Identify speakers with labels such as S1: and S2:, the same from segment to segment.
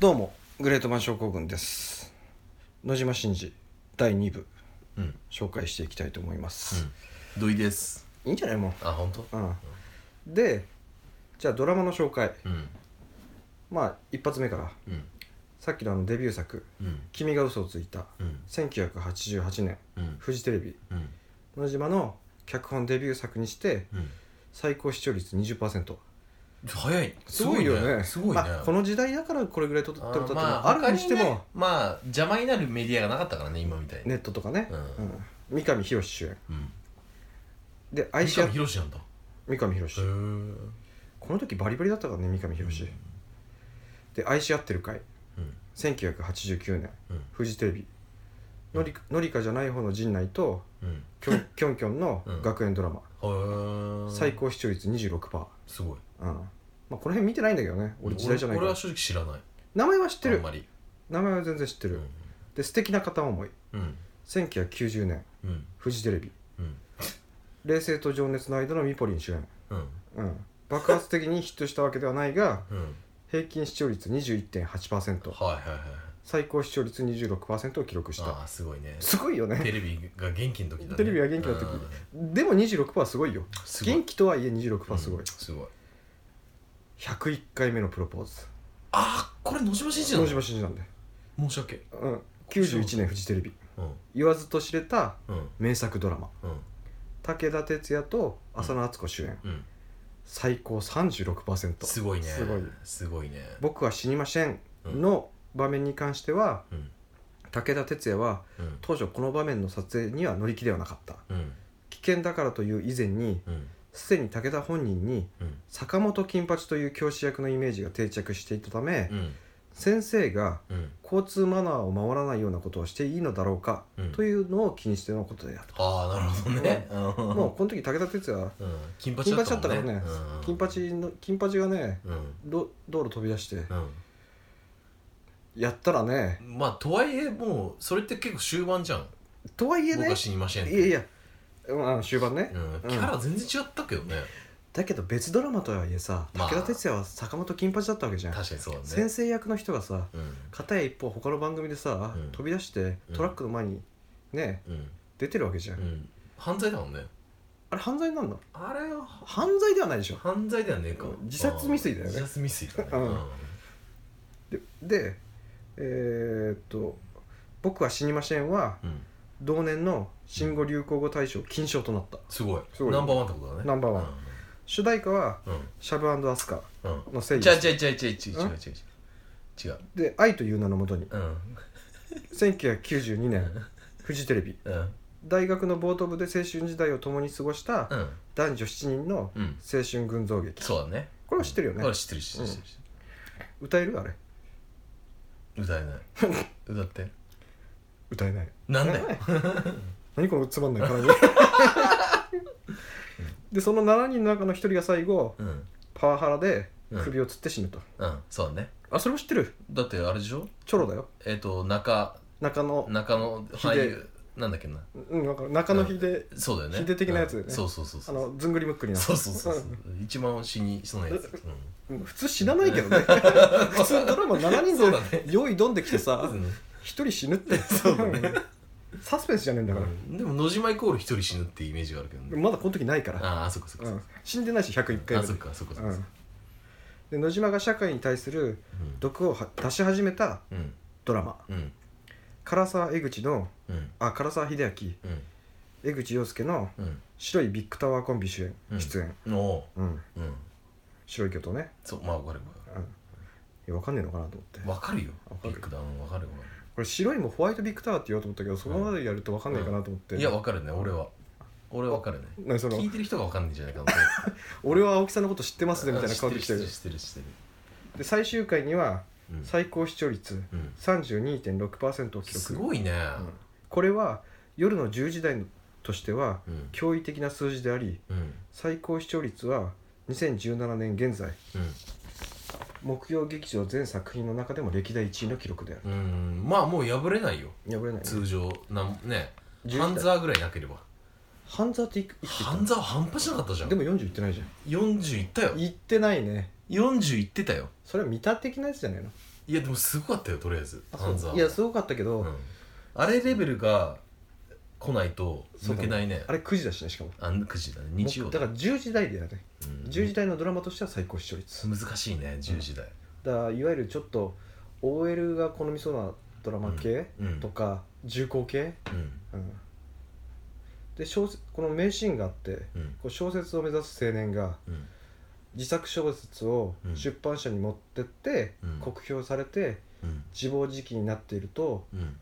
S1: どうもグレートマン症候群です野島真司第2部
S2: うん、
S1: 紹介していきたいと思います、
S2: 土井です
S1: いいんじゃないも
S2: あ本当
S1: う、うん、でじゃあドラマの紹介
S2: うん
S1: まあ一発目から
S2: うん
S1: さっきのあのデビュー作
S2: うん
S1: 「君が嘘をついた
S2: うん」
S1: 1988年
S2: うん
S1: フジテレビ
S2: うん
S1: 野島の脚本デビュー作にして
S2: うん
S1: 最高視聴率20%
S2: 早い
S1: すごいよね
S2: すごいね
S1: まあ、この時代だからこれぐらい取っ
S2: あ
S1: 取れたっていうの
S2: ま
S1: は
S2: あ
S1: あるにしても、
S2: 他ねまあ邪魔になるメディアがなかったからね今みたいに
S1: ネットとかね、
S2: う
S1: うんん三上博史主演
S2: うん
S1: で愛
S2: 愛
S1: し合っ
S2: 広志なんだへ
S1: 三上博史
S2: え
S1: この時バリバリだったからね三上博史、で愛し合ってる会
S2: うん
S1: 1989年
S2: うん
S1: フジテレビのりのりかじゃない方の陣内と
S2: うん
S1: きょ んきょんきょんの学園ドラマ、
S2: へえ
S1: 最高視聴率26%、
S2: すごい
S1: うんまあ、この辺見てないんだけどね俺時代じゃないか
S2: 俺
S1: ら
S2: は正直知らない
S1: 名前は知って
S2: あん
S1: る
S2: まり
S1: 名前は全然知って
S2: う
S1: る、
S2: ん
S1: で素敵な片思い
S2: うん
S1: 1990年
S2: うん
S1: フジテレビ
S2: うん
S1: 冷静と情熱の間のミポリン主演、
S2: うん
S1: うん、爆発的にヒットしたわけではないが
S2: うん
S1: 平均視聴率21.8%
S2: はいはいはい
S1: 最高視聴率26%を記録した
S2: ああすごいね
S1: すごいよね
S2: テレビが元気の時だね
S1: テレビが元気な時
S2: うん
S1: でも26%はすごいよ
S2: すごい
S1: 元気とはいえ26%はすごい、
S2: うんすごい
S1: 101回目のプロポーズ
S2: あこれ野島真司な
S1: 野
S2: の
S1: 島真司なんで、
S2: 申し訳
S1: うん、91年フジテレビ
S2: うん
S1: 言わずと知れた
S2: うん
S1: 名作ドラマ
S2: うん
S1: 武田鉄矢と浅野敦子主演、
S2: うん
S1: 最高36%
S2: すごいね
S1: すごい
S2: すごいね
S1: 僕は死にません
S2: うん
S1: の場面に関しては
S2: うん
S1: 武田鉄矢は
S2: うん
S1: 当初この場面の撮影には乗り気ではなかった
S2: うん
S1: 危険だからという以前に
S2: うん
S1: すでに武田本人に
S2: うん
S1: 坂本金八という教師役のイメージが定着していたため、
S2: うん
S1: 先生が
S2: うん
S1: 交通マナーを守らないようなことをしていいのだろうか、
S2: うん
S1: というのを気にしてのことである
S2: ああなるほどね
S1: と、もうこの時武田鉄矢は
S2: うんうん金
S1: 金
S2: 八
S1: 八だったから
S2: もん
S1: ね、
S2: うん
S1: 金八の金八がね
S2: うん
S1: ど道路飛び出して、
S2: うん
S1: やったらね
S2: まあとはいえもうそれって結構終盤じゃん
S1: とはいえ
S2: 僕
S1: ね
S2: は死にませんっ
S1: い
S2: て
S1: やいや、うん、終盤ね、
S2: うんキャラ全然違ったけどね
S1: だけど別ドラマとはいえさ
S2: ま
S1: 武
S2: あ
S1: 田鉄矢は坂本金八だったわけじゃん、
S2: 確かにそうだね
S1: 先生役の人がさ
S2: うん
S1: 片や一方他の番組でさ、
S2: うん
S1: 飛び出して
S2: うん
S1: トラックの前にね
S2: うん
S1: 出てるわけじゃん、
S2: うん犯罪だもんね
S1: あれ犯罪になるの
S2: あれは
S1: 犯罪ではないでしょ
S2: 犯罪ではねえか
S1: うん自殺未遂だよね
S2: 自殺未遂だね
S1: うん
S2: うん
S1: ででえーっと「僕は死にません」は
S2: うん
S1: 同年の新語・流行語大賞金賞となった、
S2: すごい
S1: すごい
S2: ナンバーワンってことだね
S1: ナンバーワン主題歌は
S2: うん
S1: 「シャブアスカ
S2: うんうん」
S1: の「聖
S2: 違う
S1: 義
S2: 違う違う違う違う違う違う違う」
S1: で「愛という名のもとに
S2: うん」
S1: 1992年フジテレビ
S2: うん
S1: 大学の冒頭部で青春時代を共に過ごした
S2: うん
S1: 男女7人の
S2: うん
S1: 青春群像劇
S2: そうだね
S1: これは知ってるよね
S2: これは知ってる知ってる知ってる知って
S1: 歌えるあれ
S2: る歌 えない歌って
S1: 歌えない
S2: なんだよ
S1: 何このつまんない 絡みでその7人の中の1人が最後
S2: うん
S1: パワハラで首をつって死ぬと、
S2: うんそうだね
S1: あそれも知ってる
S2: だってあれでしょ
S1: チョロだよ
S2: えっと中
S1: 中野
S2: 中野俳優なんだっけな
S1: うんなんか中野秀、で
S2: そうだよね
S1: 秀的なやつだよね
S2: うんそうそうそう
S1: あ
S2: そう
S1: のずんぐりむっくりな
S2: そうそうそうそう一番死にそうなやつ うん
S1: うん普通死なないけどね普通ドラマ7
S2: そうだ
S1: 人
S2: ね
S1: で用意どんできてさ
S2: うん
S1: 1人死ぬって
S2: そうだね
S1: サスペンスじゃねえんだから、
S2: でも野島イコール一人死ぬっていうイメージがあるけどね
S1: まだこの時ないから、
S2: ああそっかそっか
S1: う
S2: そっ
S1: ん
S2: か、
S1: 死んでないし101回
S2: あ
S1: 目で
S2: そっかそっかそっ
S1: う
S2: か
S1: んで野島が社会に対する毒をは出し始めた
S2: うん
S1: ドラマ
S2: うん
S1: 唐沢江口の
S2: うん
S1: あ唐沢秀明
S2: うん
S1: 江口洋介の
S2: うん
S1: 白いビッグタワーコンビ主演、
S2: うん
S1: 出演、
S2: お
S1: うん、
S2: ううん
S1: 白い巨頭ね、
S2: そうまあわかる
S1: うん、いやわかんねえのかなと思って
S2: わかるわかるよ
S1: わか
S2: ビ
S1: る
S2: ッグダウンわかるわか
S1: これ白いもホワイトビッグタワーって言おうと思ったけどそこまでやるとわかんないかなと思って、
S2: るいやわかるね俺は俺わかるね
S1: 何その
S2: 聞いてる人がわかんないんじゃないかな
S1: 俺は青木さんのこと知ってますねみたいな顔で来てる
S2: 知ってる知ってる
S1: で最終回には
S2: 知ってる
S1: 最高視聴率
S2: うんうん
S1: 32.6%を記録
S2: すごいね
S1: うんこれは夜の10時台としては
S2: うん
S1: 驚異的な数字であり
S2: うん
S1: 最高視聴率は2017年現在木曜劇場全作品の中でも歴代1位の記録である
S2: うんうんまあもう破れないよ
S1: 破れないね
S2: 通常なんね
S1: 11代
S2: ハンザーぐらいなければ
S1: ハンザーっていくいくつい
S2: ハンザー半端じゃなかったじゃ
S1: た
S2: ん
S1: でも40いってないじゃん
S2: 40いったよ
S1: いってないね
S2: 40いってたよ
S1: それは見た的なやつじゃないの
S2: いやでもすごかったよとりあえず
S1: あ
S2: 半
S1: そ
S2: 沢
S1: ういやすごかったけど、
S2: うんあれレベルが来ないと
S1: そう
S2: 抜
S1: だ
S2: け
S1: ね
S2: ないね
S1: あれ9時だしねしかも
S2: あん9時だね日曜
S1: だ
S2: だ
S1: から10時台でやね、
S2: うん
S1: 10時台のドラマとしては最高視聴率、
S2: 難しいね10時台
S1: だからいわゆるちょっと OL が好みそうなドラマ系
S2: うん
S1: とか、重厚系、
S2: うん
S1: うん、で小説この名シーンがあって
S2: うん
S1: こう小説を目指す青年が
S2: うん
S1: 自作小説を
S2: うん
S1: 出版社に持ってって、
S2: うん
S1: 酷評されて
S2: うん
S1: 自暴自棄になっていると
S2: うん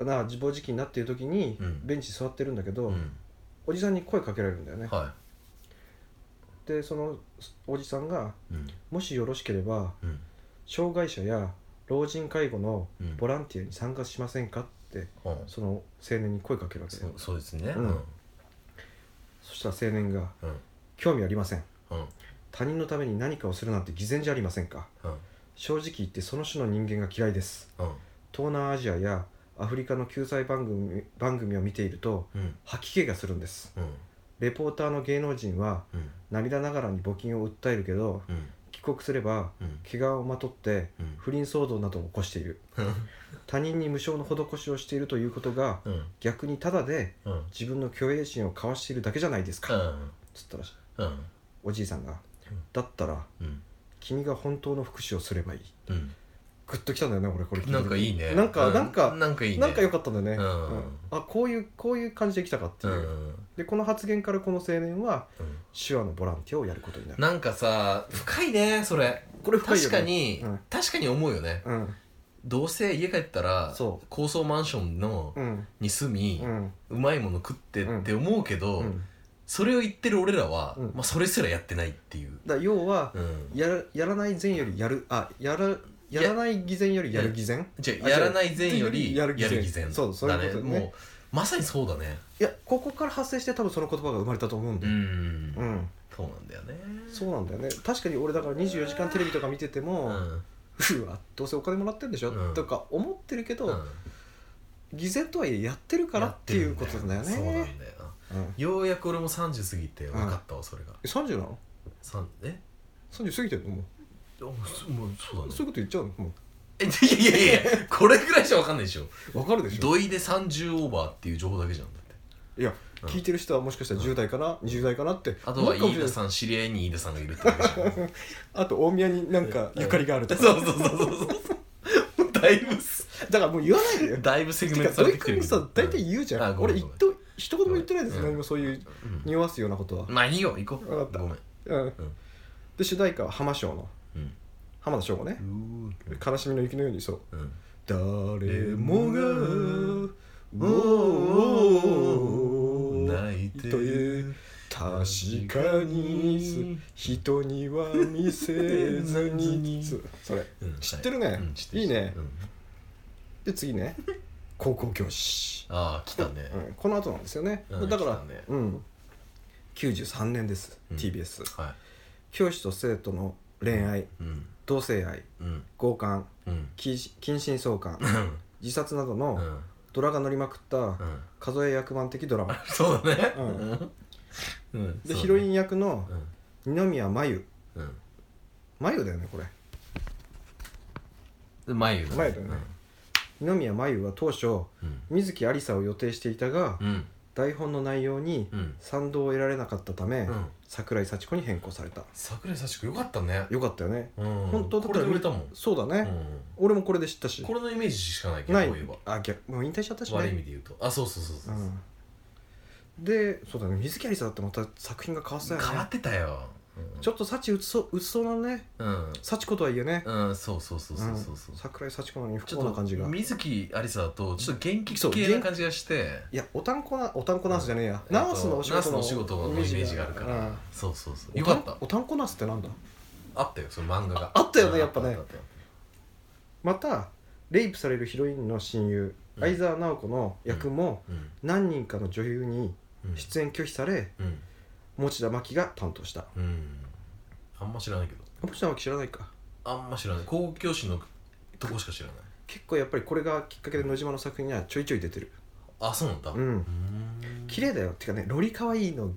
S1: な自暴自棄になっている時に
S2: うん
S1: ベンチに座ってるんだけど、
S2: うん
S1: おじさんに声かけられるんだよね、
S2: は
S1: でそのおじさんが
S2: いうん
S1: もしよろしければ
S2: うん
S1: 障害者や老人介護の
S2: うん
S1: ボランティアに参加しませんかって
S2: うん
S1: その青年に声かけるわけ
S2: そ
S1: よ
S2: うそうですねう
S1: うんんそしたら青年が
S2: うん
S1: 「興味ありません
S2: うん
S1: 他人のために何かをするなんて偽善じゃありませんか
S2: うん
S1: 正直言ってその種の人間が嫌いです
S2: うん
S1: 東南アジアやアフリカの救済番組番組を見ていると
S2: うん
S1: 吐き気がするんです
S2: うん
S1: レポーターの芸能人は
S2: うん
S1: 涙ながらに募金を訴えるけど
S2: うん
S1: 帰国すれば
S2: うん
S1: 怪我をまとって
S2: うん
S1: 不倫騒動などを起こしている他人に無償の施しをしているということが
S2: うん
S1: 逆にただで
S2: うん
S1: 自分の虚栄心をかわしているだけじゃないですか、つったら
S2: うん
S1: おじいさんが
S2: うん
S1: 「だったら
S2: うん
S1: 君が本当の福祉をすればいい
S2: うん」
S1: グッときたんだよね俺これ聞いた
S2: な
S1: 時
S2: んかいいね
S1: なんか
S2: う
S1: なんか
S2: なんかいいね
S1: なんか良かったんだよね、
S2: うん
S1: あこういうこういう感じで来たかって
S2: う
S1: い
S2: ん
S1: う、
S2: うん
S1: でこの発言からこの青年は
S2: うん
S1: 手話のボランティアをやることになる
S2: なんかさ深いねそれ
S1: これ深いよね
S2: 確かに、
S1: うん
S2: 確かに思うよね
S1: うん
S2: どうせ家帰ったら
S1: そう
S2: 高層マンションの、
S1: うん
S2: に住み
S1: う、ん
S2: うまいもの食って
S1: うん
S2: って思うけど、
S1: うん
S2: それを言ってる俺らは、
S1: うん
S2: まあ、それすらやってないっていう、
S1: だから要は、
S2: うん、
S1: やるやらない善よりやるあやらやらない偽善よりやる偽善
S2: じゃあ
S1: あ
S2: やらない善より
S1: や
S2: や
S1: る
S2: る
S1: 偽
S2: 偽
S1: 善
S2: 善
S1: そうそういうこと
S2: だね
S1: ね
S2: もうまさにそうだね
S1: いやここから発生して多分その言葉が生まれたと思うん
S2: う
S1: で、
S2: ん、
S1: うん
S2: そうなんだよね
S1: そうなんだよね確かに俺だから『24時間テレビ』とか見てて
S2: う
S1: も、
S2: ん
S1: うわどうせお金もらってんでしょ、
S2: うん
S1: とか思ってるけど、
S2: うん
S1: 偽善とはいえやってるからっていうことだよね
S2: そうなんだよな
S1: うん
S2: ようやく俺も30過ぎて分かったわ、それが
S1: え30なの
S2: さんえ
S1: ?30 過ぎてんのも
S2: あもうそもうそう
S1: う
S2: だ
S1: そういうこと
S2: ね
S1: 言っちゃうのも
S2: えいやいやいやこれぐらいしか分かんないでしょ
S1: うわかるでしょ
S2: 土井で30オーバーっていう情報だけじゃんだって
S1: いや、
S2: うん
S1: 聞いてる人はもしかしたら10代かな、20代かなって
S2: あとは
S1: 思うかもしれ
S2: 飯
S1: な
S2: 田
S1: い
S2: さん知り合いに飯田さんがいるってだけじゃん
S1: あと大宮になんかゆかりがあるとか、
S2: そうそうそうそうそうだいぶす
S1: だからもう言わない でよ
S2: だいぶセグメ
S1: てか
S2: ントさ
S1: 土井
S2: れてきて
S1: 君
S2: る
S1: にさ大体言うじゃ
S2: あ
S1: ん
S2: ごめ
S1: 俺
S2: ん
S1: 一と一言も言ってないです、
S2: うん
S1: 何もそういう
S2: うん
S1: 匂わすようなことは、
S2: まあいいよ行こう
S1: わかった
S2: ごめん
S1: うんで主題歌は浜省の
S2: うん
S1: 浜田省吾ね、
S2: うん
S1: 悲しみの雪のようにそう
S2: うん
S1: 誰もがおお
S2: 泣いてる
S1: 確かに人には見せずにそそれ
S2: うん
S1: 知ってるね
S2: うん知ってる
S1: いいね
S2: うん
S1: で次 ね高校教師、
S2: ああ来たね
S1: うん、この後なんですよね、
S2: うん
S1: だから、
S2: 来たね
S1: うん93年です、
S2: うん
S1: TBS
S2: は
S1: 教師と生徒の恋愛
S2: いうん
S1: 同性愛
S2: うん
S1: 強姦
S2: うん
S1: 近近親相関自殺など
S2: う
S1: の
S2: ん
S1: ドラが乗りまくった
S2: うん
S1: 数え役満的ドラマ
S2: そうだね
S1: う
S2: うんうん
S1: でヒロイ
S2: ン
S1: ン役の二宮真由
S2: うん
S1: 真由だよねこれ
S2: で眉
S1: 眉だよね二宮真由は当初
S2: うん
S1: 水木有りさを予定していたが
S2: うん
S1: 台本の内容に
S2: うん
S1: 賛同を得られなかったため
S2: うん
S1: 桜井幸子に変更された
S2: 桜井幸子よかったね
S1: よかったよね
S2: うん
S1: 本当だ
S2: こ
S1: から
S2: れで売れたもん
S1: そうだ
S2: う
S1: ね
S2: ん
S1: 俺もこれで知ったし
S2: これのイメージしかないけど
S1: ない
S2: こういえば
S1: あ逆もう引退しちゃったし
S2: 悪い意
S1: ね
S2: 味で言うとあそうそうそうそう
S1: うんでそうだね水木有りさだってまた作品が変わってた
S2: 変
S1: よね
S2: わってたようん
S1: ちょっと幸うつそううつそうなね
S2: うん
S1: 幸子とはいえね
S2: うんそうそうそうそうそうそ
S1: う
S2: う
S1: ん桜井幸子のに不
S2: ち
S1: 幸
S2: ょ
S1: な
S2: っと
S1: 感じが
S2: 水木有沙だとちょっと元気
S1: そう
S2: 系な感じがして
S1: いやおたんこなおたんこナースじゃねえや、
S2: えっと
S1: ナースのお仕
S2: ナー
S1: 事の
S2: スのお仕事のイメージがあるか
S1: う
S2: ら
S1: ん
S2: そうそうそうよかった
S1: おたんおたんこナースってなんだ
S2: あったよその漫画が
S1: ああったよね
S2: うん
S1: やっぱね
S2: ああったよ
S1: またレイプされるヒロインの親友
S2: うん
S1: 相沢直子の役も
S2: うん
S1: 何人かの女優に
S2: うん
S1: 出演拒否され
S2: うん
S1: 持田真希が担当した
S2: うんあんま知らないけど
S1: 持田真希知らないか
S2: あんま知らない高校教師のとこしか知らない
S1: 結構やっぱりこれがきっかけで野島の作品にはちょいちょい出てる
S2: あそうなんだ
S1: う
S2: ー
S1: ん
S2: ん
S1: 綺麗だよっていうかねロリ可愛いの
S2: うん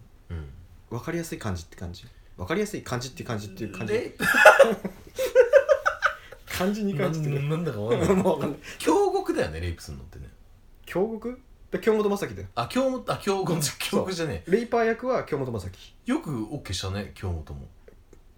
S1: 分かりやすい感じって感じ分かりやすい感じって感じっていう感じ
S2: レイプ
S1: 漢字に
S2: な
S1: 感じてる
S2: んなんだかわかんない
S1: もうわかんない
S2: 京極だよねレイプするのってね
S1: 京極で京本正樹だよ
S2: あ京本あ京極京極じゃね
S1: レイパー役は京本正樹
S2: えよく OK したね京本も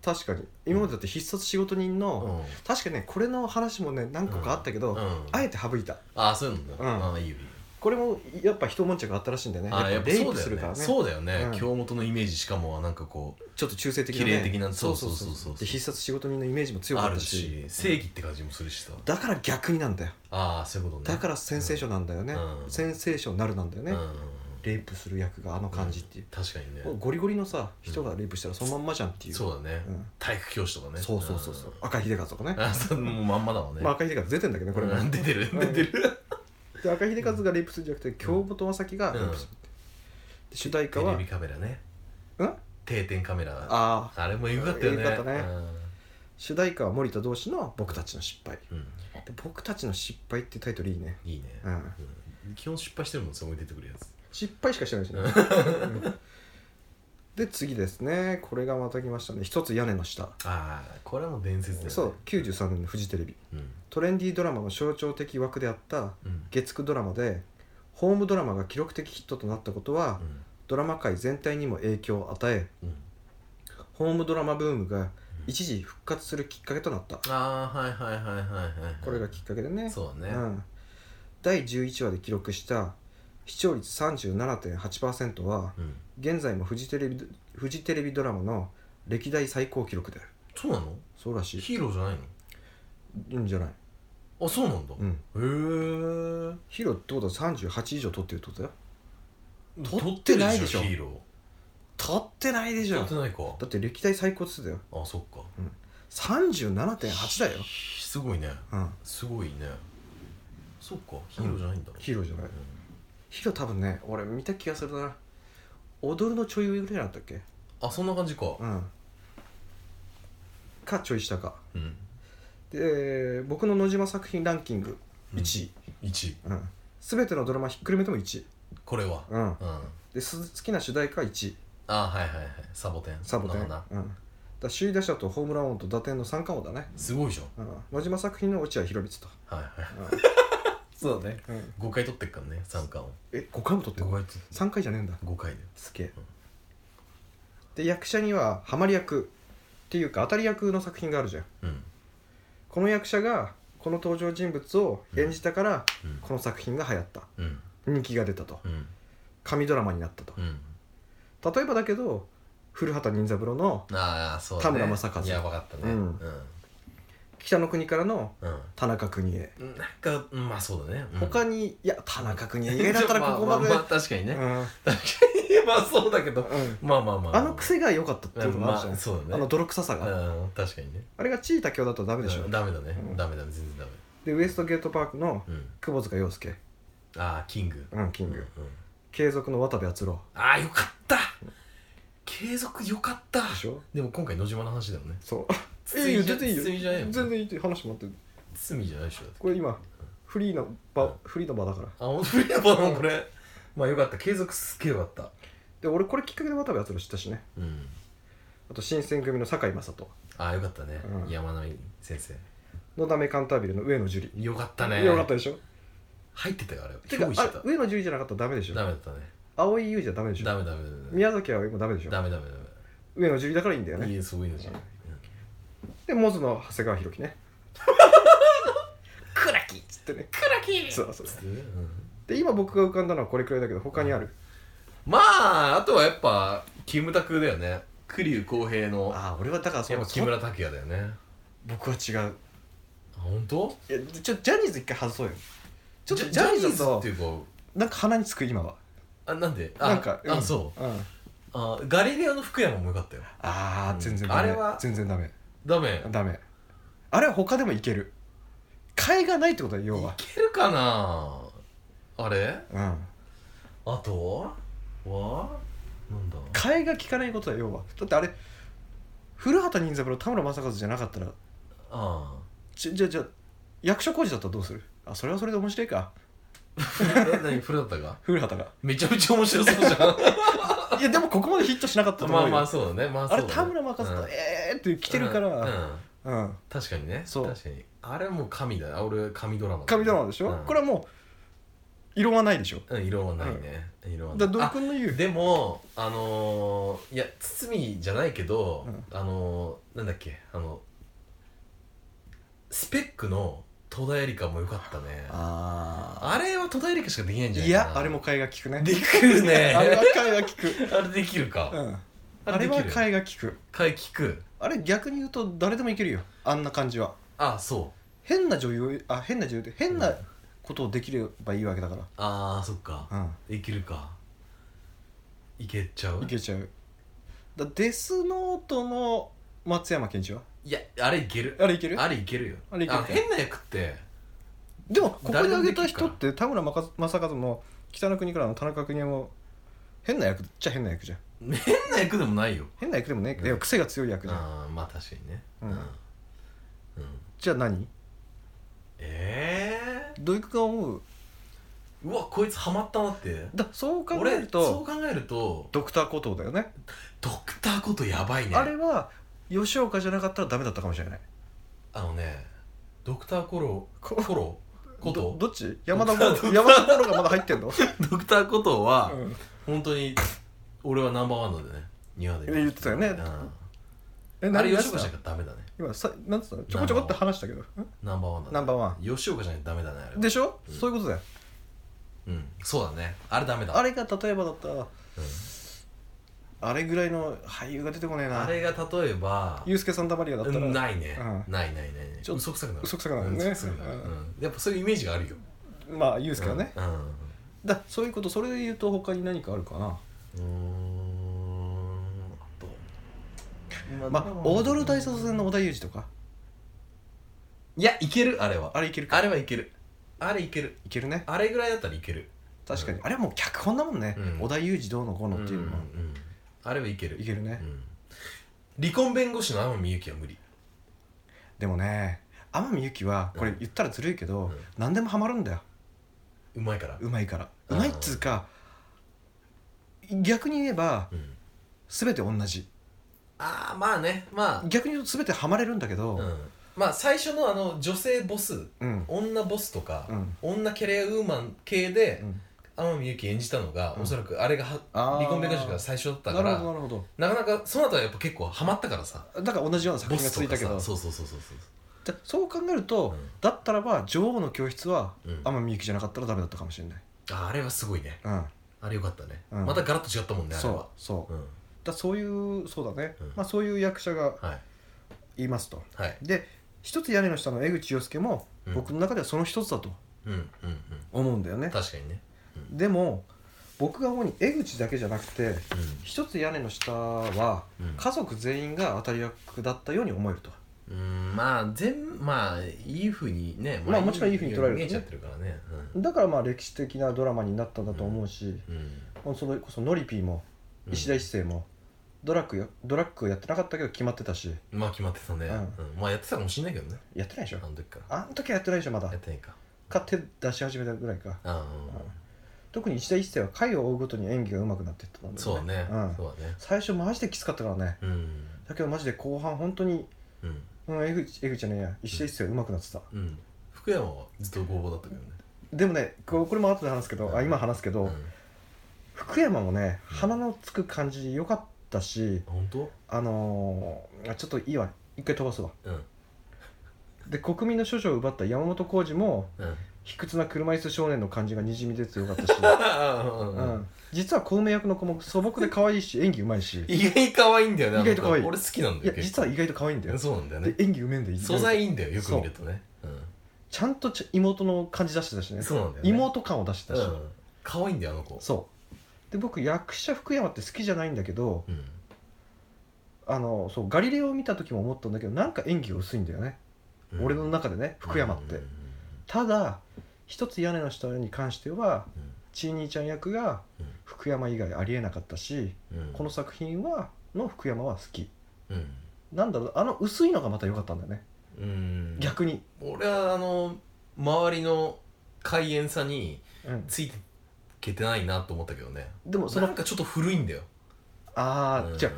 S1: 確かに今までだって必殺仕事人の、
S2: うん
S1: 確かねこれの話もね何個かあったけど、
S2: うん
S1: あえて省いた
S2: あそういうのね
S1: うん
S2: ああいいよいいよ
S1: これもやっぱ一悶着あったらしいんだよね
S2: あやっぱ
S1: レイ
S2: そ
S1: プ
S2: うだ
S1: す
S2: よ
S1: るから
S2: ね
S1: ね
S2: そうだよ
S1: うん
S2: ね京本のイメージしかもなんかこう
S1: ちょっと中性的な、ね、
S2: 綺麗的な
S1: そうそうそう
S2: そうそうそう
S1: で必殺仕事人のイメージも強
S2: あ
S1: かっ
S2: る
S1: たし
S2: し正義って感じもするしさ
S1: だから逆になんだよ
S2: ああそういうことね
S1: だからセンセーションなんだよね、
S2: うん
S1: センセーションなるなんだよね、
S2: うん
S1: レイプする役があの感じっていう、
S2: 確かにね
S1: もうゴリゴリのさ人がレイプしたらそのまんまじゃんっていう、
S2: そうだね
S1: うん
S2: 体育教師とかね
S1: そうそうそうそうん赤井秀和とかね、
S2: あそうもうまんまだわね
S1: まあ、赤井秀和出てんだけどねこれも、
S2: うん出てる出てる
S1: で赤井秀和がレイプするんじゃなくて京本正樹がレイプするって、で主題歌
S2: テレ
S1: は
S2: ビカメラね
S1: うん
S2: 定点カメラ
S1: ああ
S2: あれもよかったよね
S1: よかったね主題歌は森田同士の「僕たちの失敗
S2: うんうん」
S1: で「僕たちの失敗」ってタイトルいいね
S2: いいね
S1: うん
S2: うん基本失敗してるもんそこに出てくるやつ
S1: 失敗しかしてないしね、うんで次ですねこれがまた来ましたね「一つ屋根の下
S2: ああこれはもう伝」説だよね
S1: そう93年のフジテレビ
S2: うん
S1: トレンディードラマの象徴的枠であった
S2: うん
S1: 月9ドラマでホームドラマが記録的ヒットとなったことは、
S2: うん
S1: ドラマ界全体にも影響を与え
S2: うん
S1: ホームドラマブームが一時復活するきっかけとなった、
S2: ああはいはいはいはいはい
S1: これがきっかけでね
S2: そうだ
S1: う
S2: ね
S1: ん、第11話で記録した視聴率37.8%は
S2: うん
S1: 現在もフジテレビフジテレビドラマの歴代最高記録である
S2: そうなの
S1: そうらしい
S2: ヒーローじゃない
S1: いいんじゃない、
S2: のあそうなんだ
S1: うん、
S2: へえ
S1: ヒロってことは38以上取ってるってことだよ
S2: 撮
S1: ってないでしょ
S2: ヒーロ
S1: 取ってないで
S2: ー
S1: し
S2: 撮
S1: ょ
S2: ってないか
S1: だって歴代最高っつってたよ
S2: あそっか
S1: 37.8だよ、
S2: すごいね
S1: うん、
S2: すごいねそっかヒーローじゃないんだ
S1: ヒーローじゃないヒロ多分ね俺見た気がするな踊るのちょい上ぐらいだったっけ
S2: あそんな感じか
S1: うんかちょい下か
S2: うん
S1: で僕の野島作品ランキング1位、
S2: 1
S1: うん、全てのドラマひっくるめても1位、
S2: これは
S1: うん、
S2: うん
S1: です好きな主題歌1位
S2: あはいはいはいサボテン
S1: サボテン、う
S2: の
S1: ん、だ
S2: 花
S1: から首位打者とホームラン王と打点の三冠王だね、
S2: すごいじゃん
S1: うん、野島作品の落合博満と、
S2: はいはい
S1: そうだね、
S2: 5回取ってっからね三冠を
S1: え5回も取ってる
S2: 5回取っ
S1: 3回じゃねえんだ
S2: 5回だよ
S1: すげえ、で役者にはハマり役っていうか当たり役の作品があるじゃん
S2: うん
S1: この役者がこの登場人物を演じたから、
S2: うん
S1: この作品が流行った
S2: うん
S1: 人気が出たと
S2: うん
S1: 神ドラマになったと
S2: うん
S1: 例えばだけど古畑任三郎の
S2: ああそうだ
S1: 田
S2: ね
S1: 村正和
S2: いやわかったね
S1: う
S2: うんん
S1: 北の国からの
S2: うん
S1: 田中邦衛、
S2: なんかうんまあそうだねうん
S1: 他にいや田中邦 衛以外だったらここまで
S2: あああ確かにね
S1: うん
S2: 確かにまあそうだけど
S1: うん
S2: まあまあまあ
S1: あの癖が良かったっていうのがあるじゃん、
S2: まあそうだね
S1: あの泥臭さが、
S2: うん確かにね
S1: あれが地位多強だとダメでしょ、
S2: うんダメだね
S1: うん
S2: ダメダメ全然ダメ
S1: でウエストゲートパークの
S2: うん
S1: 窪塚洋介
S2: ああキング
S1: うんキング、
S2: うんうん
S1: 継続の渡部篤郎
S2: ああよかった継続よかった
S1: でしょ
S2: でも今回野島の話だよね
S1: そう
S2: 罪
S1: えいいよ
S2: じゃ
S1: 全然いいよ
S2: 罪じゃないよ
S1: 全然いいって話もあって
S2: 罪じゃないでしょだって
S1: これ今フリーの場、
S2: うん
S1: フリーの場だから
S2: あ本当にやっぱこれまあよかった継続すっげえよかった
S1: で俺これきっかけで渡部篤郎知ったしね
S2: うん
S1: あと新選組の堺雅人
S2: ああよかったね
S1: うん
S2: 山並先生
S1: のだめカンタービレの上野樹里
S2: よかったね
S1: よかったでしょ
S2: 入ってたよあれ
S1: てか
S2: 憑依
S1: あ
S2: して
S1: れ
S2: た
S1: 上野樹里じゃなかったらダメでしょ
S2: ダメだったね
S1: 蒼井優じゃダメでしょ
S2: ダメダメダメ
S1: 宮崎は今ダメでしょ
S2: ダメダメ
S1: 上野樹里だからいいんだよ
S2: ダメい
S1: ね
S2: いえそういうのじゃん
S1: でモズの長谷川博 己ね
S2: クラキっ
S1: つってね
S2: クラキ
S1: そうそうそう
S2: てねうん
S1: で今僕が浮かんだのはこれくらいだけど他にある
S2: まああとはやっぱキムタクだよね栗生浩平の
S1: ああ俺はだからそ
S2: やっ
S1: の
S2: ぱ木村拓哉だよね
S1: 僕は違う
S2: あ本当
S1: いやちょジャニーズ一回外そうよちょっと
S2: ジャ
S1: ジャニーズ
S2: ジャニー
S1: と
S2: ズっていう
S1: なんか鼻につく今は
S2: かあなんであ
S1: なんか
S2: あそ
S1: うん、あ
S2: うあガリレオの福山もよかったよ
S1: あー全然
S2: うん
S1: ダメ
S2: あれは
S1: 全然ダメ
S2: ダメ
S1: ダメあれは他でもいける替えがないってことだよ要
S2: い
S1: は
S2: けるかなあれ
S1: うん
S2: あとはなんだ
S1: 替えが効かないことだよ要はだってあれ古畑任三郎田村正和じゃなかったら
S2: あ
S1: じゃじゃじゃ役所工事だったらどうするあそれはそれで面白いか
S2: あ何古畑が
S1: 古畑が
S2: めちゃめちゃ面白そう じゃ
S1: いやでもここまでヒットしなかったと
S2: ん
S1: 思う
S2: まあ
S1: よ
S2: まあそうだねまあ
S1: あ
S2: そうだ
S1: れ
S2: ね
S1: 田村正和
S2: う
S1: と
S2: ん
S1: えーって来てるか
S2: うんう
S1: ら
S2: ん
S1: うん
S2: 確かにね
S1: そう
S2: 確かにあれも神だな俺神ドラマだ
S1: 神ドラマでしょ、
S2: うん
S1: これはもう色はないでしょ
S2: うん色はないね、色は
S1: だ
S2: ない
S1: 土井
S2: あ
S1: 君の言う
S2: でもあのー、いや堤じゃないけど、
S1: う
S2: あのー、なんだっけあのスペックの戸田恵梨香も良かったねあ
S1: あ
S2: れは戸田恵梨香しかできないんじゃないいかな
S1: やあれも替えが利くね
S2: できる ね
S1: あ
S2: あ
S1: れ
S2: れ
S1: は替えが利く、
S2: できるか、
S1: うん、
S2: あ
S1: あれ
S2: れでき
S1: は
S2: る
S1: 替えが利く
S2: 回聞く
S1: あれ逆に言うと誰でもいけるよあんな感じは
S2: あそう
S1: 変な女優あ変な女優って変
S2: う
S1: なんことをできればいいわけだか、
S2: あーそっからできるかいけちゃ
S1: う、
S2: うん
S1: いけちゃうだデスノートの松山ケンイチはい
S2: やあれいける
S1: あれいける
S2: あれいけるよ
S1: あれいけるか
S2: 変な役って
S1: でもここで挙げた人っ
S2: 誰
S1: て田村正和も北の国からの田中邦衛も変な役っちゃ変な役じゃん
S2: 変な役でもないよ
S1: 変な役でもねえけど、
S2: うん
S1: 癖が強い役じゃん
S2: ああまあ確かにね
S1: うん
S2: うん
S1: じゃあ何
S2: え
S1: どういうが思う
S2: えうわこいつハマったなって
S1: だそう考え
S2: 俺
S1: る
S2: そ
S1: と
S2: う考えると
S1: ドクターコトーだよね
S2: ドクターことやばいね
S1: あれは吉岡じゃなかったらダメだったかもしれない
S2: あのねドクターコロ
S1: こ
S2: コロこ
S1: ど
S2: と
S1: どっち山 田
S2: ドク
S1: 五
S2: ター
S1: 郎山田五郎がまだ入ってんの、
S2: ドクターことは
S1: うん
S2: 本当に俺はナンバーワンなんでね庭で
S1: 言ってたよねえ
S2: うんあれ吉
S1: つ
S2: 岡
S1: っ
S2: じ
S1: た
S2: ゃダメだね
S1: 今さなんつったのちょこちょこって話したけど
S2: ナンバーワンだね
S1: ナンバーワ
S2: 吉岡じゃダメだねあ
S1: ン
S2: れ
S1: でしょ、
S2: うん
S1: そういうことだよ
S2: うんそうだねあれダメだ
S1: あれが例えばだったら
S2: うん
S1: あれぐらいの俳優が出てこねえな
S2: あれが例えば
S1: ユースケ・サンタマリアだったら、
S2: うんないね、
S1: う
S2: ないないないない
S1: ちょ
S2: 嘘くさくなる
S1: 嘘くさくなるね
S2: うん嘘くさくなる
S1: うん
S2: うんやっぱそういうイメージがあるよ
S1: まあユー
S2: で
S1: スケはね、
S2: うん、
S1: だそういうことそれで言うと他に何かあるかな
S2: うん、うーん
S1: まあ踊る大捜査線の織田裕二とか
S2: いやいけるあれは
S1: あれいけるか
S2: あれはいけるあれいける
S1: いけるね
S2: あれぐらいだったらいける
S1: 確かに、あれはもう脚本だもんね、
S2: うん
S1: 織田裕二どうのこうのっていうのは、
S2: んんあれはいける
S1: いけるね、
S2: うん離婚弁護士の天海祐希は無理
S1: でもね天海祐希はこれ言ったらずるいけど、
S2: うん
S1: 何でもハマるんだよ
S2: うまいから
S1: うまいから
S2: う
S1: うんまいっつうか逆に言えば
S2: うん
S1: 全て同じ
S2: ああまあねまあ
S1: 逆に言うと全てハマれるんだけど
S2: うんまあ最初のあの女性ボス
S1: うん
S2: 女ボスとか、
S1: うん
S2: 女キャリアウーマン系で
S1: うん
S2: 天海祐希演じたのが、
S1: うん
S2: おそらくあれがは
S1: あー
S2: 離婚弁護士が最初だったか
S1: なる
S2: ら
S1: ほどなるほど
S2: なかなかその後はやっぱ結構ハマったからさ
S1: だから同じような作
S2: ボ
S1: 品が
S2: ス
S1: つい
S2: とか
S1: たけ
S2: さ
S1: ど
S2: そうそうそうそうそう
S1: でそう考えると、
S2: うん
S1: だったらば女王の教室は
S2: うん
S1: 天海祐希じゃなかったらダメだったかもしれない、
S2: ああれはすごいね
S1: うん
S2: あれよかったね、
S1: うん
S2: またガラッと違ったもんねあれ
S1: そう
S2: は
S1: そう
S2: う、ん
S1: だそういうそうだね、
S2: うん
S1: まあ、そういう役者が
S2: はい
S1: いますと
S2: はい
S1: で一つ屋根の下の江口洋介も
S2: うん
S1: 僕の中ではその一つだと
S2: うんうんうん
S1: 思うんだよね、
S2: 確かにね
S1: でも僕が思うに江口だけじゃなくて
S2: う
S1: 一つ屋根の下は
S2: んうん
S1: 家族全員が当たり役だったように思えると
S2: うんまあ全まあいいふうにね
S1: まあもちろんいい風に捉える
S2: 見えちゃってるからね
S1: だからまあ歴史的なドラマになったんだと思うし、
S2: うん、
S1: それこそノリピーも
S2: うん、
S1: 石田一生もドラッグよドラッグやってなかったけど決まってたし
S2: まあ決まってたね、
S1: う
S2: うんまあやってたかもしんないけどね
S1: やってないでしょ
S2: あの時から
S1: あん時はやってないでしょまだ
S2: やってないか
S1: か手出し始めたぐらいか
S2: あ
S1: 特に石田一生は回を追うごとに演技が上手くなっていったんだよ
S2: あ
S1: ね
S2: そうだね、
S1: うん
S2: そうだね
S1: 最初マジできつかったからね
S2: うん
S1: だけどマジで後半本当に
S2: うん
S1: うん江口江口じゃねえや石田一生は上手くなってた、
S2: うん福山はずっとごぼうだったけどね
S1: でもねここれも後で話すけど、あ今話すけど、
S2: うん
S1: 福山もね
S2: うん
S1: 鼻のつく感じ良かったし
S2: 本当
S1: あのー、あちょっといいわ一回飛ばすわ
S2: うん
S1: で国民の処女を奪った山本浩二も
S2: うん
S1: 卑屈な車椅子少年の感じがにじみ出てよかったし、
S2: うん
S1: う
S2: うんうん
S1: ん、実は孔明役の子も素朴で可愛いし演技うまいしい
S2: 意外に可愛いんだよねあの子
S1: 意外と可愛い
S2: 俺好きなんだ
S1: や
S2: よ
S1: 実は意外と可愛いんだ
S2: 外
S1: よ
S2: そうなんだよ
S1: で
S2: ね
S1: 演技うめえんだよ
S2: 素材いいんだよよく見るとね
S1: ちゃんとち妹の感じ出してたし
S2: う
S1: ね
S2: んそうなんだよね
S1: 妹感を出して
S2: う
S1: たし、
S2: ん可愛いんだよあの子
S1: そうで僕役者福山って好きじゃないんだけど
S2: うん
S1: あのそうガリレオを見た時も思ったんだけどなんか演技が薄いんだよね、
S2: うん
S1: 俺の中でね福山って、
S2: うん
S1: ただ一つ屋根の下に関しては
S2: うん
S1: チーニーちゃん役が
S2: うん
S1: 福山以外ありえなかったし、
S2: うんうん
S1: この作品はの福山は好き
S2: うん
S1: なんだろうあの薄いのがまた良かったんだよね、
S2: うん
S1: 逆に、
S2: 俺はあの周りの開演さに
S1: うん
S2: ついていけてないなと思ったけどね
S1: でもそ
S2: な
S1: の
S2: んかちょっと古いんだよ
S1: ああ、
S2: うん
S1: じゃあ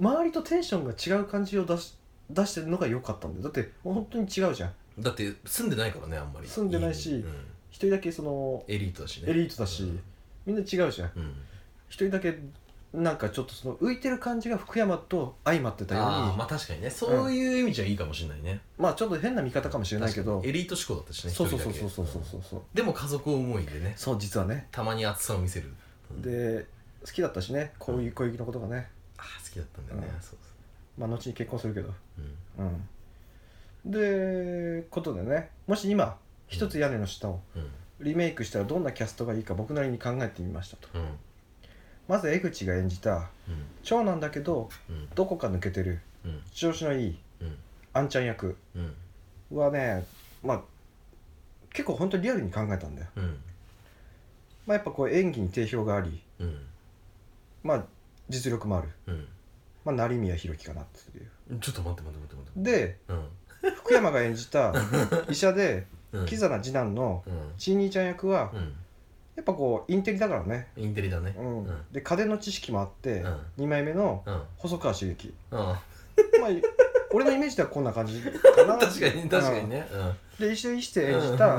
S1: 周りとテンションが違う感じを出し出してるのが良かったんだよだって本当に違うじゃん
S2: だって住んでないからねあんまり
S1: 住んでないし
S2: 家にうん
S1: 一人だけその
S2: エリートだしね
S1: エリートだし、みんな違うじゃん
S2: うん、
S1: 一人だけなんかちょっとその浮いてる感じが福山と相まってたように
S2: ああまあ確かにねそういう意味じゃいいかもしれないね、
S1: まあちょっと変な見方かもしれないけど
S2: 確かにエリート志向だったしね
S1: そうそう
S2: 一人
S1: そ
S2: だ
S1: う
S2: け
S1: そうそうそうそうそう
S2: でも家族思いでね
S1: そう実はね
S2: たまに熱さを見せる、うん
S1: で好きだったしねこういう小雪のことがね
S2: ああ好きだったんだよね、
S1: うん
S2: そうそ
S1: まあ後に結婚するけど
S2: う、うん、
S1: うんでことでねもし今一つ屋根の下を
S2: うん
S1: リメイクしたらどんなキャストがいいか僕なりに考えてみましたと
S2: うん
S1: まず江口が演じた
S2: うん
S1: 長男だけど
S2: うん
S1: どこか抜けてる
S2: うん
S1: 調子のいい
S2: うん
S1: あんちゃん役
S2: うん
S1: はねまあ結構本当にリアルに考えたんだよ、
S2: うん
S1: まあ、やっぱこう演技に定評があり
S2: うん
S1: まあ実力もある、
S2: うん
S1: まあ、成宮宏樹かなっていう
S2: うんちょっと待って待って待って待って
S1: で
S2: うん
S1: 福山が演じ た医者で
S2: うん
S1: キザな次男の
S2: うん
S1: ちい兄ちゃん役は
S2: うん
S1: やっぱこうインテリだからね、
S2: インテリだね
S1: うん
S2: うん
S1: で家電の知識もあって、
S2: うん
S1: 二2枚目の
S2: うん
S1: 細川茂樹
S2: うん
S1: まあ俺のイメージではこんな感じかな
S2: 確かに確かにねうん
S1: うんで一緒にして演じた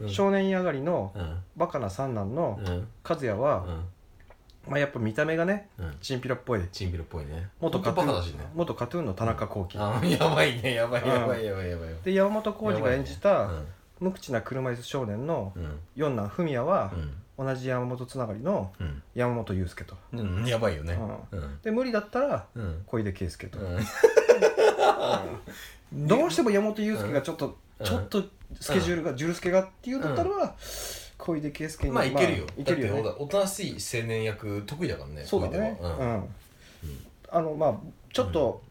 S2: うん
S1: 少年上がりの
S2: うん
S1: バカな三男の
S2: うん
S1: 和也は、
S2: うん
S1: まあ、やっぱ見た目がね
S2: うん
S1: チンピラっぽい
S2: チンピラっぽいね
S1: 元
S2: カ
S1: カ
S2: バ
S1: トゥ
S2: カ
S1: ー
S2: だ
S1: ン
S2: しね
S1: 元カトゥーンの田中幸喜
S2: あやばいねやばいやばいやばいやばいやばい
S1: で山本浩二が演じた
S2: うん
S1: 無口な車椅子少年の
S2: うん
S1: 四男文也は
S2: う、ん
S1: 同じ山本つながりの
S2: うん
S1: 山本裕介と、
S2: うんやばいよね
S1: う
S2: うん
S1: で無理だったら
S2: うん
S1: 小出圭介と、
S2: うん
S1: どうしても山本裕介がちょっと、
S2: うん
S1: ちょっとスケジュールが、ジュルスケがっていうんだったら、小出圭介に
S2: まあいけるよ
S1: いけるよ、ね
S2: だっておとなしい青年役得意だからね
S1: そうだね
S2: こ
S1: う
S2: い
S1: ん、
S2: では
S1: あのまあちょっと、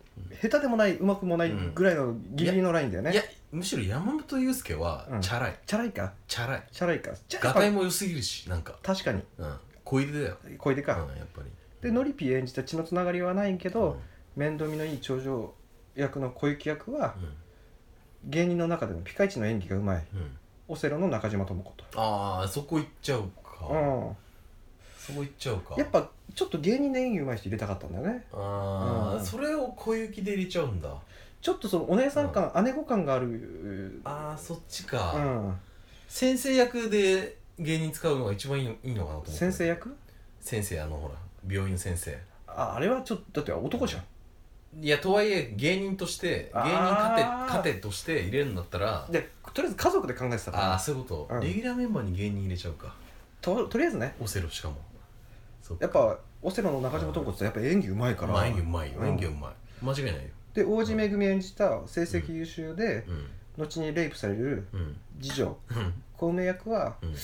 S1: 下手でもないうまくもないぐらいのギリギリのラインだよ
S2: うん
S1: ね、
S2: いやむしろ山本裕介は
S1: うん
S2: チャラい
S1: チャラいか
S2: チャラい
S1: チャラいかチャ
S2: ガ
S1: ラ
S2: タイ
S1: いか
S2: も良すぎるしなんか
S1: 確かに
S2: うん小出だよ
S1: 小出
S2: う
S1: か、
S2: んやっぱり
S1: でノリピー演じた血のつながりはないけど、面倒見のいい頂上役の小雪役は
S2: うん
S1: 芸人の中でもピカイチの演技がうまい
S2: うんうん
S1: オセロの中島智子と、
S2: ああそこ行っちゃうか
S1: う
S2: そこ行っちゃうか
S1: ん、やっぱちょっと芸人の演技うまい人入れたかったんだよね
S2: あ
S1: う
S2: あ
S1: ん
S2: それを小雪で入れちゃうんだ
S1: ちょっとそのお姉さん感、姉子感がある
S2: ああそっち
S1: う
S2: か
S1: ん、
S2: 先生役で芸人使うのが一番いいのいいのかなと思って
S1: 先生役
S2: 先生あのほら病院の先生
S1: ああれはちょっとだって男じゃん
S2: いやとはいえ芸人として芸
S1: あー
S2: 人カテカテとして入れるんだったら
S1: でとりあえず家族で考えてたか
S2: ああ
S1: ら
S2: そういうこと、
S1: うん
S2: レギュラーメンバーに芸人入れちゃうか
S1: ととりあえずね
S2: オセロしかもそ
S1: やっぱオセロの中島智子ってやっぱ演技うまいから、
S2: まあ演技うまいよ、
S1: うん
S2: 演技うまい間違いないよ
S1: で王子めぐみ演じた成績優秀で、
S2: うん
S1: 後にレイプされる
S2: うん
S1: 次女
S2: うん
S1: 小梅役は
S2: うん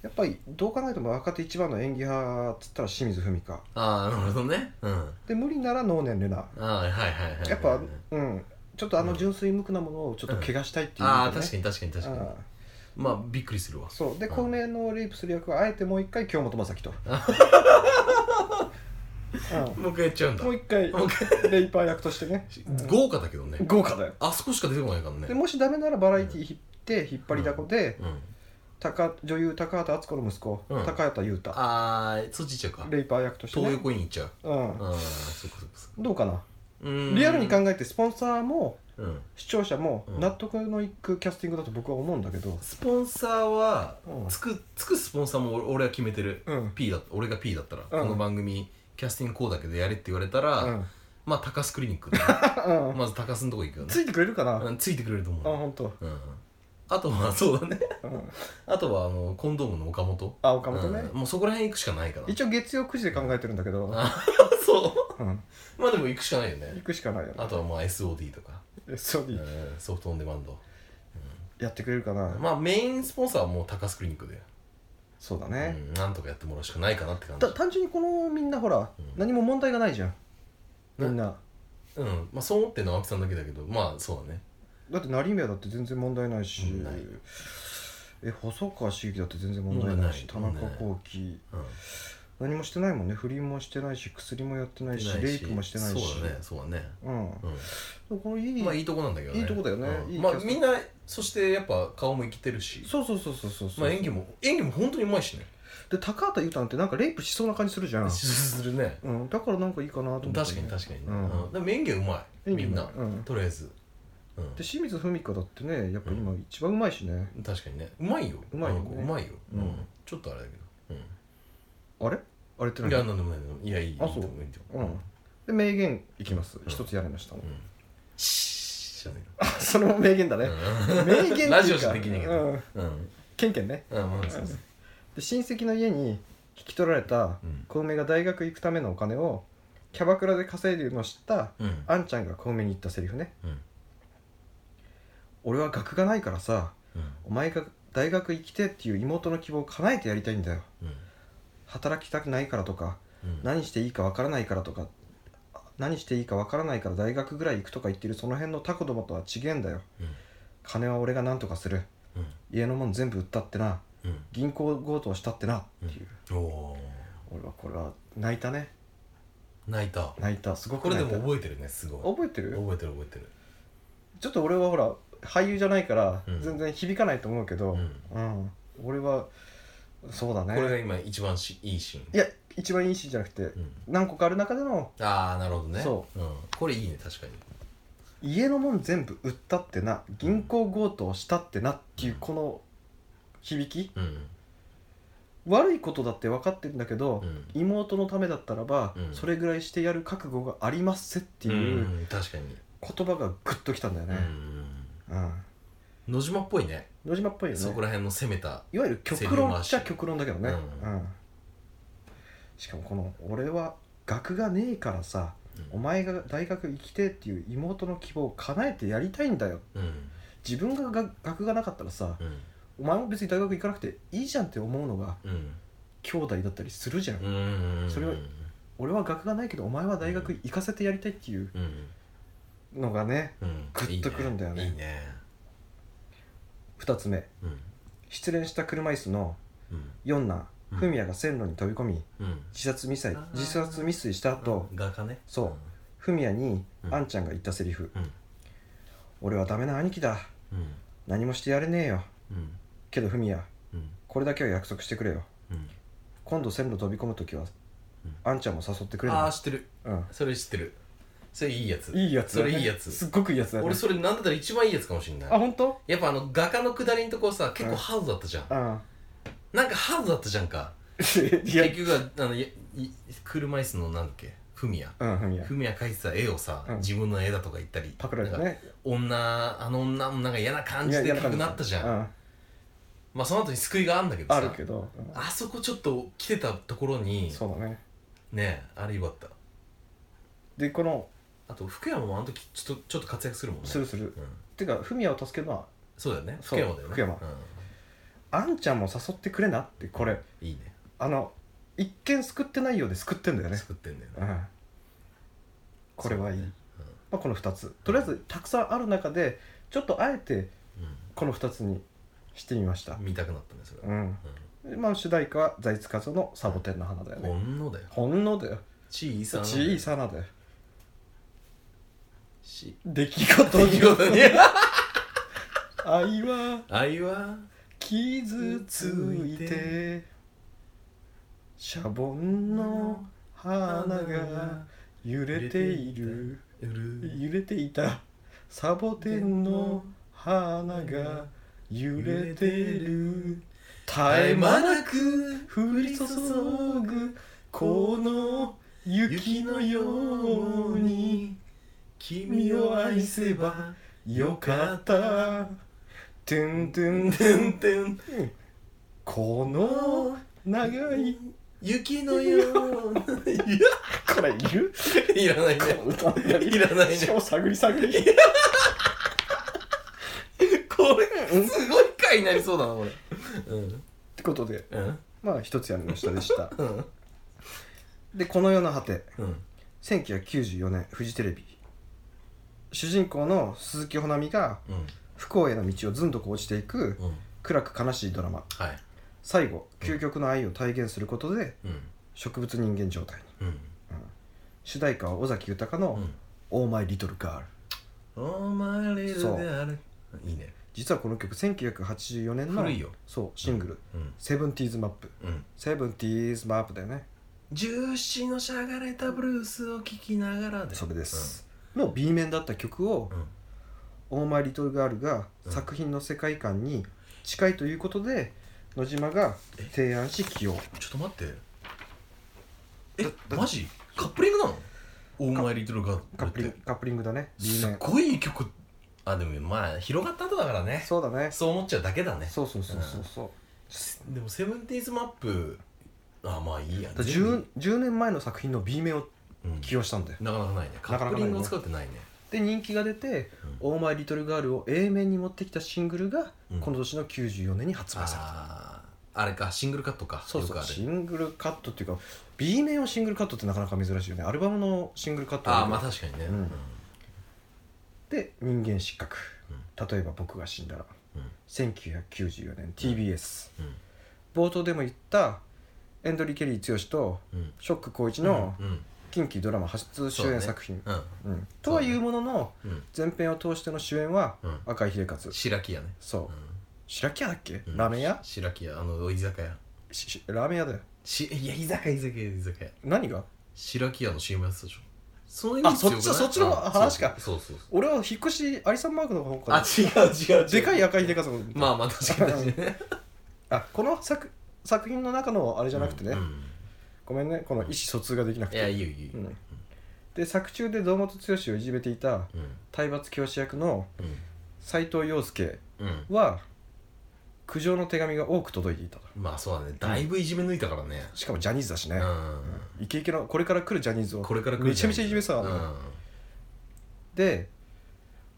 S1: やっぱりどう考えても若手一番の演技派っつったら清水文香
S2: ああなるほどねうんあ
S1: で無理なら能年玲奈
S2: あはいはいはいはい
S1: やっぱうんちょっとあの純粋無垢なものをちょっと怪我したいっていう意味でね、
S2: ああ確かに確かに確かに
S1: うん
S2: まあびっくりするわ
S1: そうで
S2: うん
S1: 小梅のレイプする役はあえてもう一回京本政樹と、 う
S2: もう一回やっちゃうん
S1: ん
S2: だ
S1: もう一 回
S2: もう
S1: レイパー役としてね
S2: 豪華だけどね
S1: 豪華だよ
S2: あそこしか出てこないからね
S1: でもしダメならバラエティー引って引っ張りだこで、
S2: うん
S1: 高女優高畑敦子の息子、
S2: うん
S1: 高畑優太
S2: ああそっち行っちゃうか
S1: レイパー役として、
S2: 東
S1: ね
S2: 横イン行っちゃう
S1: うん、
S2: ああそっかそっかそっか
S1: どうかな
S2: うーん
S1: リアルに考えてスポンサーも
S2: うん
S1: 視聴者も
S2: うん
S1: 納得のいくキャスティングだと僕は思うんだけど、
S2: スポンサーは
S1: うん
S2: つくつくスポンサーも俺俺は決めてる
S1: うん
S2: P だ俺が P だったら、
S1: うん
S2: この番組キャスティングこうだけどやれって言われたら、
S1: うん
S2: まあ高須クリニックだね
S1: うん
S2: まず高須のとこ行くよね
S1: ついてくれるかな、あ
S2: うんついてくれると思う
S1: 本当。
S2: うんあとはそうだね
S1: うん
S2: あとはあのコンドームの岡本
S1: あ岡本ね
S2: うんもうそこら辺行くしかないから
S1: 一応月曜9時で考えてるんだけど、
S2: あ そ
S1: うん、
S2: うまあでも行くしかないよね
S1: 行くしかないよね
S2: あとはまあ SOD とか、
S1: えそう
S2: う
S1: に
S2: ん、ソフトオンデマンド
S1: やってくれるかな、
S2: まあメインスポンサーはもう高須クリニックで、
S1: そうだね、
S2: うん、なんとかやってもらうしかないかなって感じ
S1: た単純にこのみんなほら、
S2: うん
S1: 何も問題がないじゃんみんな
S2: うんまあそう思ってるのは青木さんだけだけどまあそうだね
S1: だって成宮だって全然問題ないし、
S2: うんない
S1: え細川茂樹だって全然問題ないし田
S2: 問題ない
S1: 中幸喜
S2: うん
S1: 何もしてないもんね不倫もしてないし薬もやってないし
S2: ない
S1: レイプもしてないし
S2: そうだねそうだね
S1: うんこのい
S2: うん
S1: い、
S2: まあいいとこなんだけどね
S1: いいとこだよね
S2: うん
S1: いい
S2: まあ
S1: キャスト
S2: みんなそしてやっぱ顔も生きてるし
S1: そうそうそうそうそうそう、
S2: まあ演技も演技も本当にうまいしね
S1: で高畑優太なんてなんかレイプしそうな感じするじゃん、
S2: するね
S1: うん、だからなんかいいかなと思って
S2: 確かに確かにね
S1: うん
S2: うんでも演技はうまい
S1: 演技
S2: みん
S1: も
S2: な
S1: うん
S2: とりあえずうん
S1: で清水文香だってねやっぱ今一番うまいしね、
S2: 確かにねうまいよ
S1: うまいよね
S2: あの子うまいよ、
S1: うん
S2: うんちょっとあれだけど、
S1: あれあれって
S2: うん、
S1: 何
S2: いやなんでもないなんでもないいやいいいい
S1: あそう
S2: いいと思いいと
S1: う
S2: 思
S1: んで名言いきます
S2: ん
S1: 一、つやられました、
S2: うんシーッじゃ ね
S1: それも名言だね、
S2: えな
S1: 名言っていうか
S2: ラジオじゃできないけど
S1: うん、
S2: うん
S1: ケンケンね
S2: うんまあそうそう
S1: で親戚の家に引き取られた
S2: うん
S1: 小梅が大学行くためのお金をキャバクラで稼いでるのを知った
S2: うん
S1: あんちゃんが小梅に言ったセリフね
S2: うん
S1: 俺は学がないからさ
S2: うん
S1: お前が大学行きてっていう妹の希望を叶えてやりたいんだよ
S2: うん
S1: 働きたくないからとか
S2: うん
S1: 何していいかわからないからとかあ何していいかわからないから大学ぐらい行くとか言ってるその辺のタコどもとは違えんだよ
S2: うん
S1: 金は俺が何とかする
S2: うん
S1: 家のもん全部売ったってな
S2: うん
S1: 銀行強盗したってなっていう、
S2: おお
S1: 俺はこれは泣いたね
S2: ー泣いた
S1: 泣いたすご
S2: こ
S1: く
S2: れ
S1: 泣
S2: で
S1: いた
S2: も覚えてるねすごい
S1: 覚えてる
S2: 覚えてる覚えてる
S1: ちょっと俺はほら俳優じゃないから
S2: うん
S1: 全然響かないと思うけど、うん俺はそうだね
S2: これが今一番しいいシーン
S1: いや一番いいシーンじゃなくて
S2: うん
S1: 何個かある中での
S2: ああなるほどね、
S1: そう
S2: ん、これいいね確かに
S1: 家のもん全部売ったってな銀行強盗したってなっていうこの響き
S2: うん
S1: 悪いことだって分かってるんだけど
S2: う、んっ
S1: 妹のためだったらば、
S2: うん
S1: それぐらいしてやる覚悟がありますせっていう
S2: うん、確かに、
S1: 言葉がグッときたんだよ
S2: う
S1: ね、
S2: ん
S1: うん
S2: 野島っぽいね
S1: 野島っぽいよね
S2: そこら辺の攻めた
S1: いわゆる極論っちゃ極論だけどね、う
S2: うんん
S1: しかもこの「俺は学がねえからさお前が大学行きてえっていう妹の希望を叶えてやりたいんだよ
S2: うん
S1: 自分がが学がなかったらさ
S2: うん
S1: お前も別に大学行かなくていいじゃんって思うのが
S2: うん
S1: 兄弟だったりするじゃん、
S2: うんうん
S1: それは俺は学がないけどお前は大学行かせてやりたいっていう
S2: うん
S1: のがね
S2: うん
S1: グッとくるんだよね
S2: いいね
S1: 2つ目
S2: うん
S1: 失恋した車椅子の
S2: うん
S1: 四男
S2: うん
S1: 文也が線路に飛び込み
S2: うん
S1: 自殺未遂
S2: あー
S1: 自殺未遂した後
S2: 画家ね
S1: そう文也に
S2: うん
S1: あんちゃんが言ったセリフ、
S2: うん
S1: 俺はダメな兄貴だ
S2: うん
S1: 何もしてやれねえよ
S2: うん
S1: けど文也
S2: うん
S1: これだけは約束してくれよ
S2: うん
S1: 今度線路飛び込む時は、
S2: うん
S1: あんちゃんも誘ってくれ
S2: ああ
S1: な
S2: ー知ってる
S1: うん
S2: それ知ってるそれいいやつ
S1: いいやつだね
S2: それいいやつ
S1: すっごくいいやつだね
S2: 俺それなんだったら一番いいやつかもしんない
S1: あ本当
S2: やっぱあの画家の下りのとこさ結
S1: うん
S2: 構ハードだったじゃん
S1: あ
S2: なんかハードだったじゃんか
S1: ーいや
S2: 結局はあ のいい車椅子のなんだっけフミヤ
S1: うん文也
S2: フミヤ描いてた絵をさ、
S1: うん
S2: 自分の絵だとか言ったり
S1: パクられた
S2: なんか
S1: ね
S2: 女あの女もなんか嫌な感じで
S1: な
S2: 描くなったじゃん、
S1: うん
S2: まあその後に救いがあるんだけど
S1: あ
S2: さ
S1: るけど、うん
S2: あそこちょっと来てたところに
S1: そうだね
S2: ねあれよかった
S1: でこの
S2: あと福山もあの時ちょっとちょっと活躍するもんね
S1: するする
S2: うん、
S1: てか文也を助けるのは
S2: そうだよね
S1: そ
S2: 福
S1: う
S2: 山だよね
S1: 福山あんちゃんも誘ってくれなってこれ
S2: うん、いいね
S1: あの一見救ってないようで救ってんだよね
S2: 作ってんだよね
S1: うんこれはいい、
S2: そうだね
S1: まあ、この2つとりあえずたくさんある中でちょっとあえてこの2つにしてみました
S2: うん、見たくなったねそれ
S1: う
S2: は、
S1: ん、でまあ、主題歌は財津和夫の「サボテンの花」だよ
S2: う
S1: ね
S2: ん、ほんのだよ
S1: ほんのだよ
S2: 小さな
S1: 小さなだよ
S2: し
S1: 出来事に
S2: 事 に
S1: 愛は
S2: 愛は
S1: 傷ついてシャボンの花が揺れている
S2: うる
S1: 揺れていたサボテンの花が揺れてる絶
S2: 絶
S1: え
S2: え
S1: 間
S2: 間
S1: な
S2: な
S1: く
S2: く
S1: 降り注ぐこの雪
S2: 雪
S1: の
S2: の
S1: よ
S2: よ
S1: う
S2: う
S1: に
S2: に君を愛せば
S1: よかったてんてんてんこの長い
S2: 雪のように
S1: これいる
S2: いらないね
S1: 歌い
S2: いらないね
S1: しかも探り探り
S2: これすごい回になりそうだなこれうん
S1: ってことで
S2: うん
S1: まあ一つやりましたでした
S2: うん
S1: でこの世の果て
S2: うん
S1: 1994年フジテレビ主人公の鈴木保奈美が
S2: うん
S1: 不幸への道をずんどこ落ちていく
S2: うん
S1: 暗く悲しいドラマ
S2: はい
S1: 最後究極の愛を体現することで
S2: うん
S1: 植物人間状態に
S2: うん
S1: 主題歌は尾崎豊の「オーマイ・リトル・ガール
S2: お前れるで
S1: そう
S2: あるいいね」
S1: 実はこの曲1984年の
S2: 古いよ
S1: そうシングル
S2: うん
S1: 「セブンティーズ・マップ」
S2: うん
S1: 「セブンティーズ・マップ」だよね
S2: 十七のしゃがれたブルースを聴きながら
S1: それですの B 面だった曲を
S2: うん
S1: オーマイ・リトル・ガールが
S2: うん
S1: 作品の世界観に近いということで野島が提案し起用
S2: ちょっと待ってえ
S1: だだ
S2: マジカップリングなのオーマイ・リトル・ガー
S1: カップ
S2: ル
S1: リ
S2: っ
S1: ン
S2: て
S1: カップリングだね B
S2: すっ
S1: 面
S2: ごいいい曲あでもまあ広がった後だからね
S1: そうだね
S2: そう思っちゃうだけだね
S1: そうそうそうそうそう
S2: でもセブンティーズマップあまあいいや
S1: だから
S2: 全部
S1: 10, 10年前の作品の B 面を
S2: うん
S1: 起用したんだよ
S2: なかなかないねカ
S1: なかな
S2: ッ
S1: か
S2: プ
S1: ないね
S2: リングを使うってないね
S1: で人気が出て「
S2: うん
S1: オーマイ・リトル・ガール」を A 面に持ってきたシングルが
S2: うん
S1: この年の94年に発売された、
S2: あーあれかシングルカットか
S1: そう
S2: よ
S1: そう
S2: くある
S1: シングルカットっていうか B 面をシングルカットってなかなか珍しいよねアルバムのシングルカット
S2: ああまあ確かにね
S1: うんで人間失格、例えば僕が死んだら、
S2: うん
S1: 1994年 TBS、
S2: うん
S1: 冒頭でも言ったエンドリー・ケリー剛と
S2: うんうん
S1: ショック光一の
S2: うんうん
S1: 近畿ドラマ初主演作品、
S2: うん
S1: うんとはいうものの
S2: うん
S1: 前編を通しての主演は
S2: うん
S1: 赤井英和
S2: 白木屋ね
S1: そう、
S2: う
S1: 白木屋だっけ、
S2: うん
S1: ラーメン屋
S2: ん白木屋あの居酒屋
S1: ししラーメン屋だよ
S2: しいや居酒屋居酒屋居酒屋
S1: 何が
S2: 白木屋の CM やつでしょそのイ
S1: あそっちそっちの話か
S2: そうそうそう
S1: 俺は引っ越しアリサンマークの方
S2: あ
S1: か
S2: 違う違う違
S1: ら
S2: う
S1: でかい赤井英和の
S2: まあまあ確かに確かにね
S1: あこの作作品の中のあれじゃなくてね、
S2: うん
S1: ごめんねこの意思疎通ができなく
S2: うんい
S1: て
S2: やいいよいいよ
S1: うんで作中で堂本剛をいじめていた
S2: うん
S1: 体罰教師役の
S2: うん
S1: 斎藤洋介
S2: うん
S1: は苦情の手紙が多く届いていたと
S2: まあそうだねだいぶいじめ抜いたからね
S1: しかもジャニーズだしね、
S2: う
S1: イケイケのこれから来るジャニーズ
S2: ん
S1: を
S2: これから来る
S1: めちゃめちゃいじめてたからね
S2: う
S1: で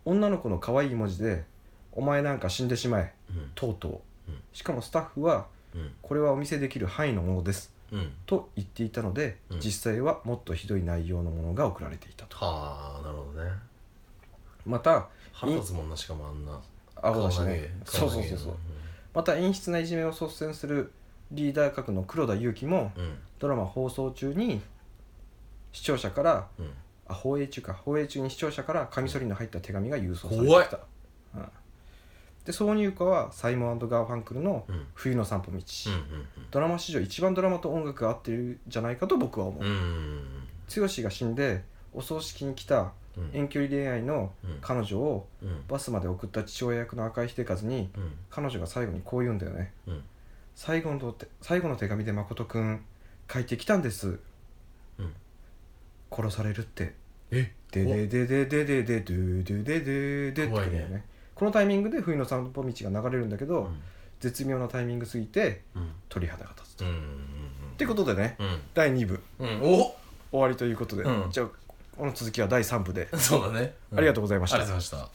S1: 女の子の可愛い文字で「お前なんか死んでしまえ
S2: んうん」
S1: とうとう、
S2: うん
S1: しかもスタッフは
S2: うん
S1: 「これはお見せできる範囲のものです
S2: うん」
S1: と言っていたので、
S2: うん
S1: 実際はもっとひどい内容のものが送られていたと
S2: はあなるほどね
S1: また
S2: 腹立つもんなしかもあんな
S1: 顎だし
S2: 顔投げ
S1: ねそ
S2: 顔
S1: う
S2: 投
S1: そう
S2: げ
S1: そうそうまた陰湿ないじめを率先するリーダー格の黒田裕樹も
S2: うん
S1: ドラマ放送中に視聴者から
S2: うん
S1: あ放映中か放映中に視聴者からカミソリの入った手紙が郵送されて
S2: 怖い
S1: きた、うん、で挿入歌はサイモンガーファンクルの
S2: うん
S1: 「冬の散歩道」
S2: うん
S1: ドラマ史上一番ドラマと音楽が合ってるんじゃないかと僕は思う、
S2: うんうん
S1: 剛が死んでお葬式に来た
S2: うんうん
S1: 遠距離恋愛の
S2: うん
S1: 彼女を
S2: うん
S1: バスまで送った父親役の赤井秀和に
S2: うん
S1: 彼女が最後にこう言うんだよね
S2: うん
S1: 最後の手最後の手紙で誠くん書いてきたんです、
S2: うん
S1: 殺されるって
S2: え
S1: ででででででででででででってくるんだよ
S2: 怖い
S1: ねこのタイミングで冬の散歩道が流れるんだけど、
S2: うん
S1: 絶妙なタイミングすぎて
S2: うん
S1: 鳥肌が立つと、
S2: うんうん
S1: ってことでね
S2: うん
S1: 第2部
S2: うんお
S1: 終わりということで、
S2: うん
S1: じゃあこの続きは第3部で、
S2: そうだね
S1: ありがとう
S2: う
S1: ございま
S2: ご
S1: した
S2: ありがとうございました